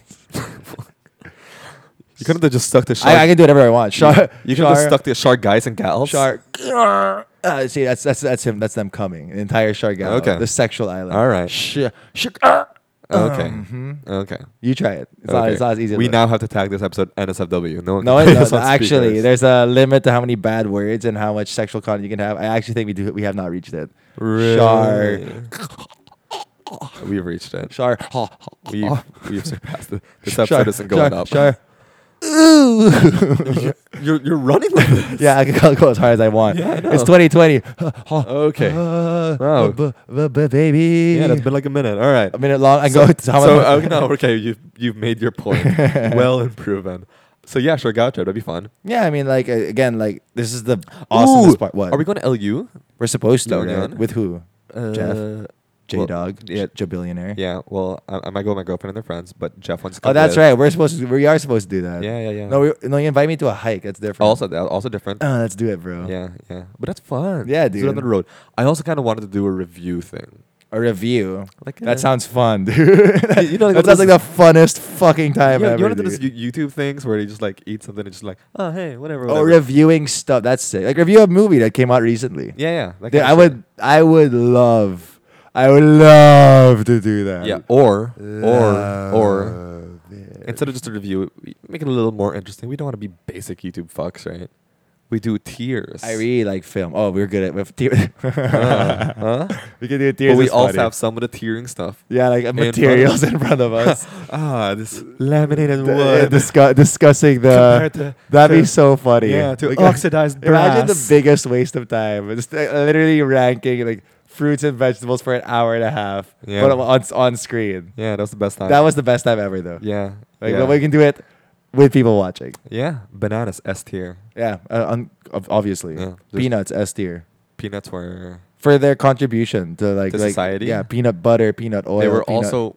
Speaker 1: You couldn't have just stuck to
Speaker 2: I, I
Speaker 1: Shark.
Speaker 2: can do whatever I want. Char.
Speaker 1: You could have just stuck to Shark guys and gals.
Speaker 2: Shark. Uh, see, that's that's that's him. That's them coming. An entire shark.
Speaker 1: Okay.
Speaker 2: The sexual island.
Speaker 1: All right.
Speaker 2: Sh- sh- uh,
Speaker 1: Okay.
Speaker 2: Mhm.
Speaker 1: Okay.
Speaker 2: You try it. It's, not,
Speaker 1: Okay.
Speaker 2: it's not as easy. as
Speaker 1: We
Speaker 2: that.
Speaker 1: now have to tag this episode NSFW. No, one
Speaker 2: No,
Speaker 1: can
Speaker 2: no,
Speaker 1: put this
Speaker 2: no,
Speaker 1: on
Speaker 2: actually,
Speaker 1: speakers.
Speaker 2: there's a limit to how many bad words and how much sexual content you can have. I actually think we do. We have not reached it.
Speaker 1: Really? We've reached it.
Speaker 2: Shar.
Speaker 1: We've, we've surpassed it. This episode isn't going
Speaker 2: Shar,
Speaker 1: up.
Speaker 2: Shar. Ooh.
Speaker 1: You're- you're, you're running with this.
Speaker 2: yeah, I can go, go as hard as I want.
Speaker 1: Yeah, I know.
Speaker 2: it's 2020.
Speaker 1: Okay.
Speaker 2: Uh,
Speaker 1: Wow.
Speaker 2: b- b- b- baby.
Speaker 1: Yeah, that's been like a minute. All right.
Speaker 2: a minute long. I
Speaker 1: so,
Speaker 2: go. to how
Speaker 1: so,
Speaker 2: much-
Speaker 1: oh, no, okay, you've, you've made your point. well and proven. So, yeah, sure, gotcha. That'd be fun.
Speaker 2: Yeah, I mean, like uh, again, like this is the awesomest
Speaker 1: Ooh,
Speaker 2: part. What
Speaker 1: Are we going to LU?
Speaker 2: are supposed to
Speaker 1: Logan
Speaker 2: right?
Speaker 1: on?
Speaker 2: with who?
Speaker 1: Uh,
Speaker 2: Jeff? J
Speaker 1: well,
Speaker 2: Dog.
Speaker 1: yeah.
Speaker 2: J billionaire.
Speaker 1: Yeah, well, I, I might go with my girlfriend and their friends, but Jeff wants to come
Speaker 2: Oh, that's
Speaker 1: with.
Speaker 2: right. We're supposed to. We are supposed to do that.
Speaker 1: Yeah, yeah, yeah.
Speaker 2: No, we, no. You invite me to a hike. That's different.
Speaker 1: also, that- also different.
Speaker 2: Uh, let's do it, bro.
Speaker 1: Yeah, yeah. But that's fun.
Speaker 2: Yeah,
Speaker 1: Let's do it on
Speaker 2: dude.
Speaker 1: the road. I also kind of wanted to do a review thing.
Speaker 2: A review.
Speaker 1: Like
Speaker 2: That
Speaker 1: uh,
Speaker 2: sounds fun, dude.
Speaker 1: You- you know, like,
Speaker 2: that sounds like the funnest fucking time
Speaker 1: yeah,
Speaker 2: ever.
Speaker 1: You want to do
Speaker 2: dude.
Speaker 1: those Yo- YouTube things where you just like eat something and just like, oh hey, whatever.
Speaker 2: Oh,
Speaker 1: whatever.
Speaker 2: reviewing stuff. That's sick. Like review a movie that came out recently.
Speaker 1: yeah, yeah. that
Speaker 2: Dude,
Speaker 1: kinda
Speaker 2: I
Speaker 1: shit.
Speaker 2: would. I would love. I would love to do that.
Speaker 1: Yeah, or or or
Speaker 2: Love it.
Speaker 1: instead of just a review, we make it a little more interesting. We don't want to be basic YouTube fucks, right? We do tiers.
Speaker 2: I really like film. Oh, we're good at with tier.
Speaker 1: Uh, huh?
Speaker 2: we can do
Speaker 1: But
Speaker 2: tears.
Speaker 1: we also have some of the tiering stuff.
Speaker 2: yeah, like uh,
Speaker 1: front of
Speaker 2: materials
Speaker 1: us.
Speaker 2: in front of us.
Speaker 1: ah, this laminated
Speaker 2: D-
Speaker 1: wood.
Speaker 2: discu- discussing the.
Speaker 1: compared to,
Speaker 2: That'd be
Speaker 1: to-
Speaker 2: so funny.
Speaker 1: Yeah, to
Speaker 2: Like,
Speaker 1: oxidized brass.
Speaker 2: Imagine the biggest waste of time. Just uh, literally ranking like fruits and vegetables for an hour and a half,
Speaker 1: Yeah. Uh,
Speaker 2: but on- on on screen.
Speaker 1: Yeah, that was the best time.
Speaker 2: That was the best time ever, though.
Speaker 1: yeah.
Speaker 2: Like
Speaker 1: yeah.
Speaker 2: we can do it with people watching.
Speaker 1: yeah, bananas S tier.
Speaker 2: Yeah, uh, un- ob- obviously.
Speaker 1: Yeah, there's-
Speaker 2: Peanuts S tier
Speaker 1: Peanuts were.
Speaker 2: for their contribution to like
Speaker 1: To
Speaker 2: like,
Speaker 1: society?
Speaker 2: Yeah, peanut butter, peanut oil.
Speaker 1: they were
Speaker 2: peanut-
Speaker 1: also.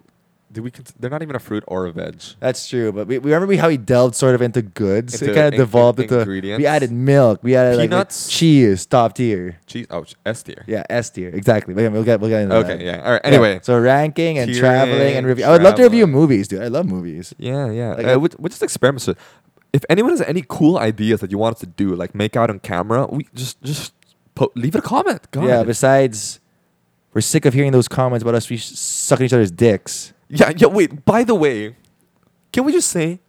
Speaker 1: Did we? Cons- they're not even a fruit or a veg.
Speaker 2: That's true, but we, we remember we, how we delved sort of into goods.
Speaker 1: Into
Speaker 2: it kind of
Speaker 1: in-
Speaker 2: devolved into
Speaker 1: ingredients?
Speaker 2: we added milk, we added like, like,
Speaker 1: Peanuts?
Speaker 2: cheese, top tier.
Speaker 1: Cheese. Oh, S tier.
Speaker 2: Yeah, S tier, exactly. But yeah, we'll get we'll get into that.
Speaker 1: Okay. Yeah. All right. Anyway.
Speaker 2: Yeah, so ranking and
Speaker 1: Tiering,
Speaker 2: traveling and review. I would love to review
Speaker 1: traveling.
Speaker 2: movies, dude. I love movies.
Speaker 1: Yeah, yeah.
Speaker 2: Like,
Speaker 1: Uh,
Speaker 2: I-
Speaker 1: we, we just experiment. So if anyone has any cool ideas that you want us to do, like make out on camera, we just just po- leave it a comment. God.
Speaker 2: Yeah. Besides, we're sick of hearing those comments about us we s- sucking each other's dicks.
Speaker 1: yeah, yeah. Wait. By the way, can we just say?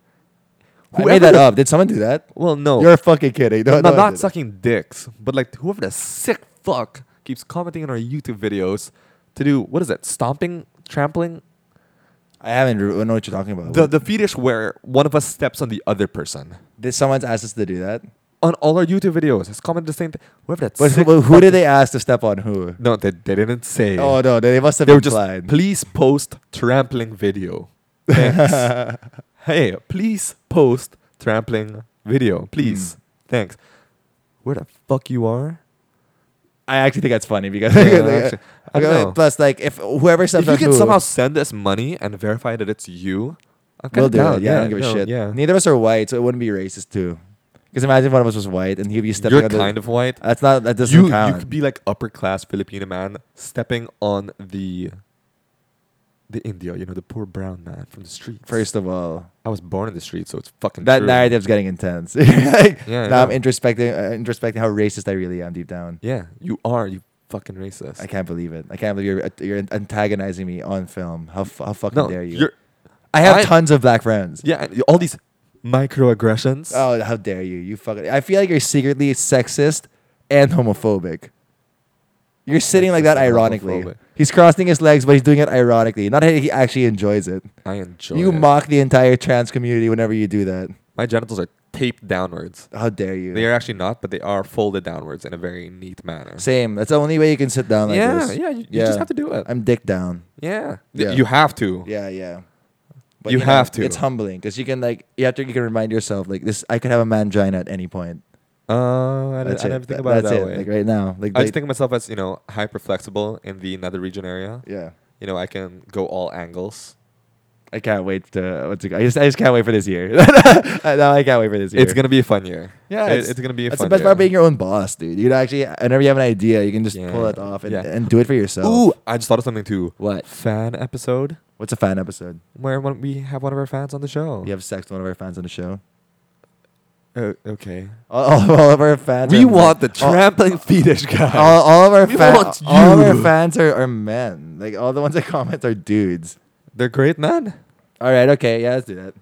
Speaker 2: I made that
Speaker 1: the-
Speaker 2: up. Did someone do that?
Speaker 1: Well, no.
Speaker 2: You're fucking kidding. No,
Speaker 1: no,
Speaker 2: no, I
Speaker 1: not
Speaker 2: didn't.
Speaker 1: sucking dicks, but like whoever the sick fuck keeps commenting on our YouTube videos to do what is it? Stomping, trampling,
Speaker 2: I haven't. re- I know what you're talking about.
Speaker 1: the the fetish where one of us steps on the other person.
Speaker 2: Did someone's asked us to do that?
Speaker 1: On all our YouTube videos, it's commented the same thing. Whoever that
Speaker 2: But who,
Speaker 1: sick
Speaker 2: but who did
Speaker 1: fucking-
Speaker 2: they ask to step on who?
Speaker 1: No, they, they didn't say.
Speaker 2: Oh no, they must have
Speaker 1: they were just
Speaker 2: implied.
Speaker 1: please post trampling video. Thanks. hey, please post trampling video. Please.
Speaker 2: Hmm.
Speaker 1: Thanks. Where the fuck you are?
Speaker 2: I actually think that's funny because
Speaker 1: Yeah, actually, I don't
Speaker 2: Okay,
Speaker 1: know.
Speaker 2: plus like if whoever
Speaker 1: If
Speaker 2: steps
Speaker 1: you
Speaker 2: on
Speaker 1: can
Speaker 2: who,
Speaker 1: somehow send us money and verify that it's you, I'm kinda
Speaker 2: we'll do
Speaker 1: down.
Speaker 2: it. Yeah, I don't give a
Speaker 1: no,
Speaker 2: shit.
Speaker 1: Yeah.
Speaker 2: Neither of us are white, so it wouldn't be racist too. Because imagine if one of us was white and he'd be stepping.
Speaker 1: You're
Speaker 2: on the-
Speaker 1: kind of white.
Speaker 2: That's not. That doesn't
Speaker 1: You, you
Speaker 2: count.
Speaker 1: could be like upper class Filipino man stepping on the the Indio, you know, the poor brown man from the streets.
Speaker 2: First of all,
Speaker 1: I was born in the street, so it's fucking
Speaker 2: that
Speaker 1: true.
Speaker 2: narrative's getting intense. Like,
Speaker 1: Yeah, I
Speaker 2: now I'm
Speaker 1: know.
Speaker 2: introspecting, uh, introspecting how racist I really am deep down.
Speaker 1: Yeah, you are. You fucking racist.
Speaker 2: I can't believe it. I can't believe you're you're antagonizing me on film. How f- how fucking dare you?
Speaker 1: you're-
Speaker 2: I have
Speaker 1: I-
Speaker 2: tons of black friends.
Speaker 1: yeah, and all these microaggressions.
Speaker 2: Oh, how dare you? You fucking. I feel like you're secretly sexist and homophobic. You're sitting like that
Speaker 1: Sexist and
Speaker 2: ironically.
Speaker 1: homophobic.
Speaker 2: He's crossing his legs, but he's doing it ironically. Not that he actually enjoys it.
Speaker 1: I enjoy.
Speaker 2: you
Speaker 1: it.
Speaker 2: mock the entire trans community whenever you do that.
Speaker 1: My genitals are taped downwards.
Speaker 2: How dare you?
Speaker 1: They are actually not, but they are folded downwards in a very neat manner.
Speaker 2: Same. That's the only way you can sit down like
Speaker 1: yeah,
Speaker 2: this.
Speaker 1: yeah, you, you just have to do it.
Speaker 2: I'm dick down.
Speaker 1: yeah.
Speaker 2: Yeah.
Speaker 1: you have to.
Speaker 2: Yeah, yeah.
Speaker 1: You have to.
Speaker 2: It's humbling because you can like you have to. You can remind yourself like this. I could have a mangina at any point.
Speaker 1: Uh, I, didn't,
Speaker 2: That's
Speaker 1: I
Speaker 2: it.
Speaker 1: never think
Speaker 2: Th-
Speaker 1: about
Speaker 2: that's
Speaker 1: it that
Speaker 2: it.
Speaker 1: way.
Speaker 2: Like right now. Like,
Speaker 1: I just
Speaker 2: like-
Speaker 1: think of myself as you know hyper flexible in the nether region area.
Speaker 2: Yeah.
Speaker 1: You know, I can go all angles.
Speaker 2: I can't wait to. What's it, I just I just can't wait for this year. no, I can't wait for this year.
Speaker 1: It's gonna be a fun year.
Speaker 2: Yeah,
Speaker 1: It- it's,
Speaker 2: it's-
Speaker 1: gonna be a
Speaker 2: That's
Speaker 1: fun.
Speaker 2: the best
Speaker 1: year.
Speaker 2: part of being your own boss, dude. You can actually, whenever you have an idea, you can just pull
Speaker 1: Yeah.
Speaker 2: it off and,
Speaker 1: Yeah.
Speaker 2: and do it for yourself.
Speaker 1: Ooh, I just thought of something too.
Speaker 2: What?
Speaker 1: Fan episode.
Speaker 2: What's a fan episode?
Speaker 1: where one, we have one of our fans on the show.
Speaker 2: You have sex with one of our fans on the show.
Speaker 1: Uh, okay.
Speaker 2: All, all, all of our fans.
Speaker 1: We
Speaker 2: are
Speaker 1: want the
Speaker 2: men.
Speaker 1: trampling fetish guy.
Speaker 2: All, all, all of our
Speaker 1: We
Speaker 2: fans.
Speaker 1: want
Speaker 2: All of
Speaker 1: you.
Speaker 2: our fans are, are men. Like all the ones that comment are dudes.
Speaker 1: They're great, man.
Speaker 2: All right, okay, yeah, let's do that.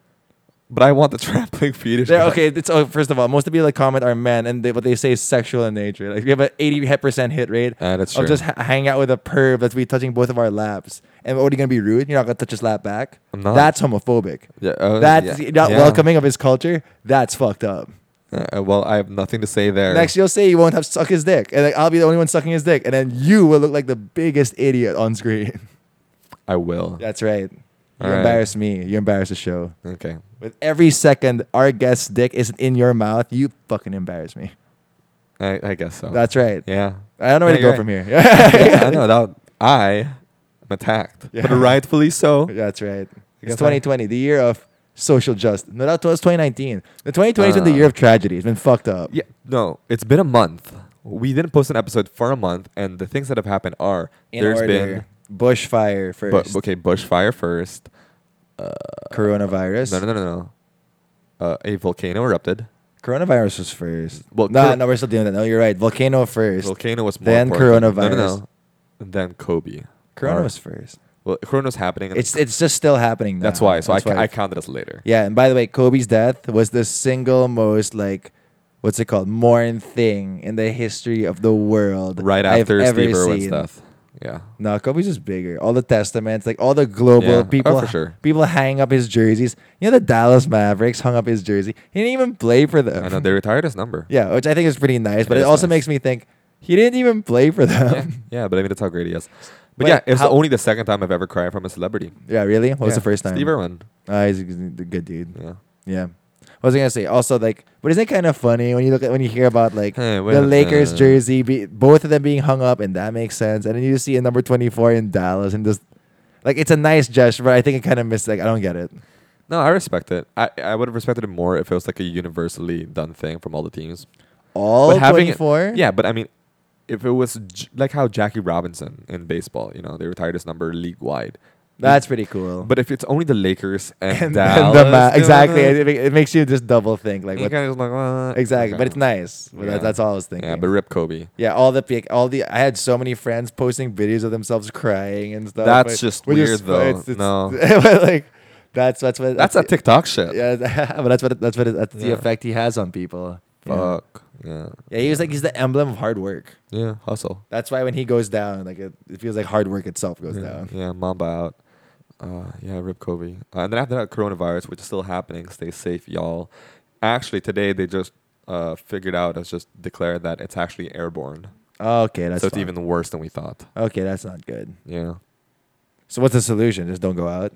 Speaker 1: But I want the trampling fetish.
Speaker 2: They're,
Speaker 1: back.
Speaker 2: okay, it's oh, first of all, most people that comment are men, and they, what they say is sexual in nature. Like we have an eighty percent hit rate
Speaker 1: Ah, that's
Speaker 2: of
Speaker 1: true.
Speaker 2: just ha- hang out with a perv that's be touching both of our laps, and what are you gonna be rude? You're not gonna touch his lap back.
Speaker 1: I'm not.
Speaker 2: That's homophobic.
Speaker 1: yeah, oh,
Speaker 2: That's
Speaker 1: yeah,
Speaker 2: not
Speaker 1: yeah.
Speaker 2: welcoming of his culture. That's fucked up.
Speaker 1: Uh, well, I have nothing to say there.
Speaker 2: Next, you'll say you won't have suck his dick, and like, I'll be the only one sucking his dick, and then you will look like the biggest idiot on screen.
Speaker 1: I will.
Speaker 2: That's right. You
Speaker 1: All right.
Speaker 2: embarrass me. You embarrass the show.
Speaker 1: Okay.
Speaker 2: With every second our guest's dick isn't in your mouth, you fucking embarrass me.
Speaker 1: I, I guess so.
Speaker 2: That's right.
Speaker 1: yeah.
Speaker 2: I don't know where
Speaker 1: Yeah,
Speaker 2: to go
Speaker 1: you're
Speaker 2: from here.
Speaker 1: yeah, I know that I am attacked,
Speaker 2: Yeah.
Speaker 1: but rightfully so.
Speaker 2: That's right.
Speaker 1: guess
Speaker 2: It's
Speaker 1: I-
Speaker 2: 2020, the year of social justice. No, that was 2019. The 2020 has been the
Speaker 1: Uh.
Speaker 2: year of tragedy. It's been fucked up.
Speaker 1: Yeah, no, it's been a month. We didn't post an episode for a month, and the things that have happened are
Speaker 2: In
Speaker 1: there's
Speaker 2: order, bushfire
Speaker 1: been
Speaker 2: first, Uh,
Speaker 1: bu- okay bushfire first. Uh,
Speaker 2: coronavirus.
Speaker 1: No, no, no, no, no. Uh, a volcano erupted.
Speaker 2: Coronavirus was first.
Speaker 1: Well,
Speaker 2: no,
Speaker 1: cor-
Speaker 2: no, we're still doing that. No, you're right. Volcano first.
Speaker 1: Volcano was more
Speaker 2: Then
Speaker 1: important. No, no,
Speaker 2: coronavirus.
Speaker 1: no. And then Kobe.
Speaker 2: Corona
Speaker 1: Or-
Speaker 2: was first.
Speaker 1: well, Corona's happening. and
Speaker 2: It's it's just still happening. Now.
Speaker 1: that's why. So I,
Speaker 2: That's
Speaker 1: ca-
Speaker 2: why.
Speaker 1: I counted as later.
Speaker 2: yeah, and by the way, Kobe's death was the single most like, what's it called, mourn thing in the history of the world.
Speaker 1: Right
Speaker 2: I've
Speaker 1: after
Speaker 2: ever
Speaker 1: Steve Irwin's
Speaker 2: seen.
Speaker 1: death. Yeah.
Speaker 2: No, Kobe's just bigger. All the testaments, like all the global
Speaker 1: Yeah. Oh,
Speaker 2: people,
Speaker 1: for sure.
Speaker 2: people hang up his jerseys. You know, the Dallas Mavericks hung up his jersey. He didn't even play for them.
Speaker 1: I know they retired his number.
Speaker 2: yeah, which I think is pretty nice, but
Speaker 1: It
Speaker 2: it,
Speaker 1: is
Speaker 2: also
Speaker 1: nice.
Speaker 2: makes me think he didn't even play for
Speaker 1: yeah,
Speaker 2: them.
Speaker 1: yeah, but I mean that's how great he is. But,
Speaker 2: But
Speaker 1: yeah, it's
Speaker 2: how-
Speaker 1: only the second time I've ever cried from a celebrity.
Speaker 2: Yeah, really? What was
Speaker 1: Yeah,
Speaker 2: the first time?
Speaker 1: Steve Irwin.
Speaker 2: Ah, he's a good dude.
Speaker 1: Yeah.
Speaker 2: Yeah. What was I gonna say? Also, like, but isn't it kind of funny when you look at when you hear about like
Speaker 1: Hey, wait a
Speaker 2: the Lakers
Speaker 1: minute.
Speaker 2: jersey, be, both of them being hung up, and that makes sense. And then you see a number twenty four in Dallas, and just like it's a nice gesture, but I think it kind of missed. Like, I don't get it.
Speaker 1: No, I respect it. I, I would have respected it more if it was like a universally done thing from all the teams.
Speaker 2: All
Speaker 1: But having
Speaker 2: twenty
Speaker 1: it-
Speaker 2: four.
Speaker 1: Yeah, but I mean, if it was j- like how Jackie Robinson in baseball, you know, they retired his number league wide.
Speaker 2: that's pretty cool.
Speaker 1: But if it's only the Lakers and,
Speaker 2: and, and
Speaker 1: Dallas,
Speaker 2: the ma-
Speaker 1: you
Speaker 2: exactly,
Speaker 1: know,
Speaker 2: it, ma- it makes you just double think. Like,
Speaker 1: you
Speaker 2: what,
Speaker 1: kinda just like, "Uh,
Speaker 2: exactly,
Speaker 1: okay."
Speaker 2: but it's nice. But
Speaker 1: Yeah.
Speaker 2: that, that's all I was thinking.
Speaker 1: Yeah, but rip Kobe.
Speaker 2: Yeah, all the pic, all the. I had so many friends posting videos of themselves crying and stuff.
Speaker 1: That's
Speaker 2: but
Speaker 1: just
Speaker 2: we're
Speaker 1: weird, though. No.
Speaker 2: but, like that's that's what
Speaker 1: That's a
Speaker 2: the-
Speaker 1: TikTok shit.
Speaker 2: Yeah, but that's what it- that's what it, that's the
Speaker 1: Yeah.
Speaker 2: effect he has on people. Yeah.
Speaker 1: Fuck. Yeah.
Speaker 2: yeah, he was like he's the emblem of hard work.
Speaker 1: Yeah. Hustle.
Speaker 2: That's why when he goes down, like it, it feels like hard work itself goes
Speaker 1: yeah.
Speaker 2: down.
Speaker 1: Yeah, Mamba out. Uh, yeah, rip Kobe. Uh, and then after that, coronavirus, which is still happening. Stay safe, y'all. Actually, today they just uh, figured out, it's just declared that it's actually airborne.
Speaker 2: Okay, that's
Speaker 1: so it's
Speaker 2: fine.
Speaker 1: even worse than we thought.
Speaker 2: okay. That's not good.
Speaker 1: Yeah.
Speaker 2: So what's the solution? Just don't go out.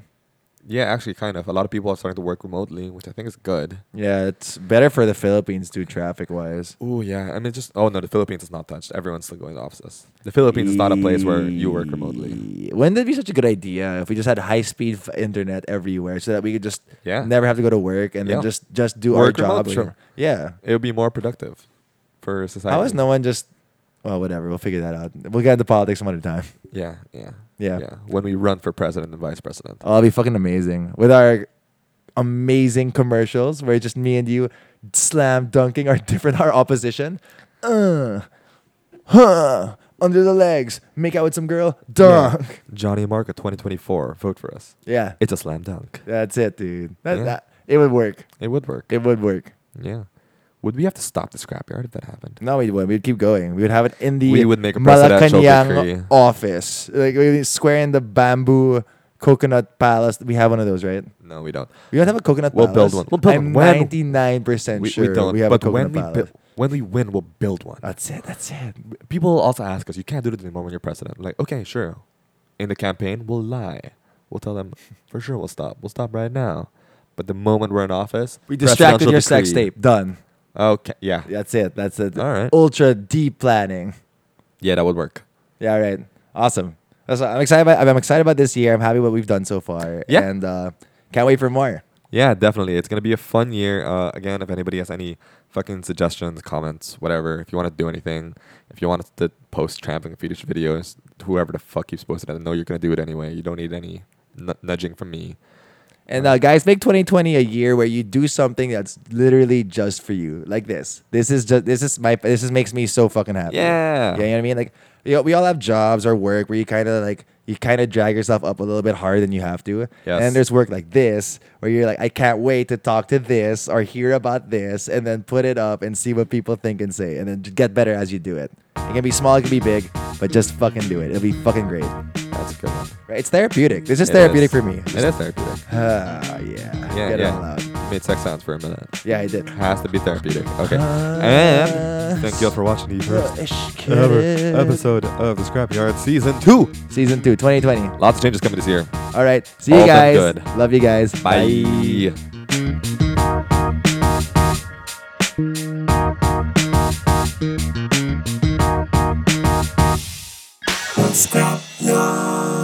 Speaker 1: Yeah, actually, kind of. A lot of people are starting to work remotely, which I think is good.
Speaker 2: Yeah, it's better for the Philippines too, traffic wise.
Speaker 1: Oh, yeah. I mean, just, oh, no, the Philippines is not touched. Everyone's still going to offices. The Philippines is not a place where you
Speaker 2: Mm,
Speaker 1: work remotely.
Speaker 2: Wouldn't that be such a good idea if we just had high speed f- internet everywhere so that we could just
Speaker 1: Yeah.
Speaker 2: never have to go to work and
Speaker 1: Yeah.
Speaker 2: then just just do
Speaker 1: Work
Speaker 2: our
Speaker 1: remotely.
Speaker 2: jobs? from- Yeah.
Speaker 1: It would be more productive for society.
Speaker 2: How is no one just? Well, whatever. We'll figure that out. We'll get into politics some other time.
Speaker 1: Yeah, yeah,
Speaker 2: Yeah.
Speaker 1: yeah. When we run for president and vice president.
Speaker 2: Oh, that'll be fucking amazing with our amazing commercials where it's just me and you slam dunking our different our opposition. Uh, huh. Under the legs, make out with some girl, dunk.
Speaker 1: Yeah. Johnny Marca 2024, vote for us.
Speaker 2: Yeah,
Speaker 1: It's a slam dunk.
Speaker 2: that's it, dude. That,
Speaker 1: Yeah.
Speaker 2: that- it would work.
Speaker 1: It would work.
Speaker 2: It would work.
Speaker 1: Yeah. Would we have to stop the scrapyard if that happened?
Speaker 2: No, we would. We'd keep going. We would have it in the
Speaker 1: We would make a presidential decree.
Speaker 2: Malacanang office, like we square in the bamboo coconut palace. We have one of those, right?
Speaker 1: No, we don't.
Speaker 2: We don't have a coconut
Speaker 1: We'll
Speaker 2: palace.
Speaker 1: build one. We'll build
Speaker 2: I'm
Speaker 1: one. When-
Speaker 2: 99%
Speaker 1: We,
Speaker 2: sure
Speaker 1: we don't.
Speaker 2: we have
Speaker 1: but
Speaker 2: a
Speaker 1: when
Speaker 2: coconut
Speaker 1: we
Speaker 2: palace.
Speaker 1: bu- when we win, we'll build one.
Speaker 2: That's it. That's it.
Speaker 1: People also ask us, you can't do it anymore when you're president. Like, okay, sure. In the campaign, we'll lie. We'll tell them for sure we'll stop. We'll stop right now. But the moment we're in office,
Speaker 2: We distracted
Speaker 1: presidential
Speaker 2: your sex
Speaker 1: decree.
Speaker 2: tape. Oh. Done.
Speaker 1: Okay, yeah,
Speaker 2: That's it. That's it.
Speaker 1: All right.
Speaker 2: Ultra deep planning.
Speaker 1: yeah, that would work.
Speaker 2: Yeah, all right. Awesome. That's I'm excited about I'm excited about this year. I'm happy what we've done so far.
Speaker 1: Yeah.
Speaker 2: And uh, can't wait for more.
Speaker 1: Yeah, definitely. It's gonna be a fun year. Uh, again, if anybody has any fucking suggestions, comments, whatever, if you want to do anything, if you want us to post trampling fetish videos, whoever the fuck keeps posting it, I know you're gonna do it anyway. You don't need any n- nudging from me.
Speaker 2: And uh, guys, make 2020 a year where you do something that's literally just for you, like this. This is just this is my this is makes me so fucking happy.
Speaker 1: Yeah.
Speaker 2: Yeah, you know what I mean? Like, you know, we all have jobs or work where you kind of like you kind of drag yourself up a little bit harder than you have to.
Speaker 1: Yes.
Speaker 2: And there's work like this where you're like, I can't wait to talk to this or hear about this, and then put it up and see what people think and say, and then get better as you do it. It can be small, it can be big, but just fucking do it. It'll be fucking great.
Speaker 1: That's a good one.
Speaker 2: Right? It's therapeutic. This is
Speaker 1: It
Speaker 2: therapeutic
Speaker 1: is.
Speaker 2: for me.
Speaker 1: It is therapeutic.
Speaker 2: Ah, yeah.
Speaker 1: Yeah,
Speaker 2: Get it
Speaker 1: yeah.
Speaker 2: all out.
Speaker 1: You made sex sounds for a minute.
Speaker 2: Yeah, I did.
Speaker 1: Has to be therapeutic. Okay.
Speaker 2: Uh,
Speaker 1: and thank you all for watching the first ever episode of the Scrapyard Season 2.
Speaker 2: Season 2, 2020.
Speaker 1: Lots of changes coming this year.
Speaker 2: All right. See you
Speaker 1: All been
Speaker 2: guys.
Speaker 1: good.
Speaker 2: Love you guys.
Speaker 1: Bye.
Speaker 3: Scrap yard.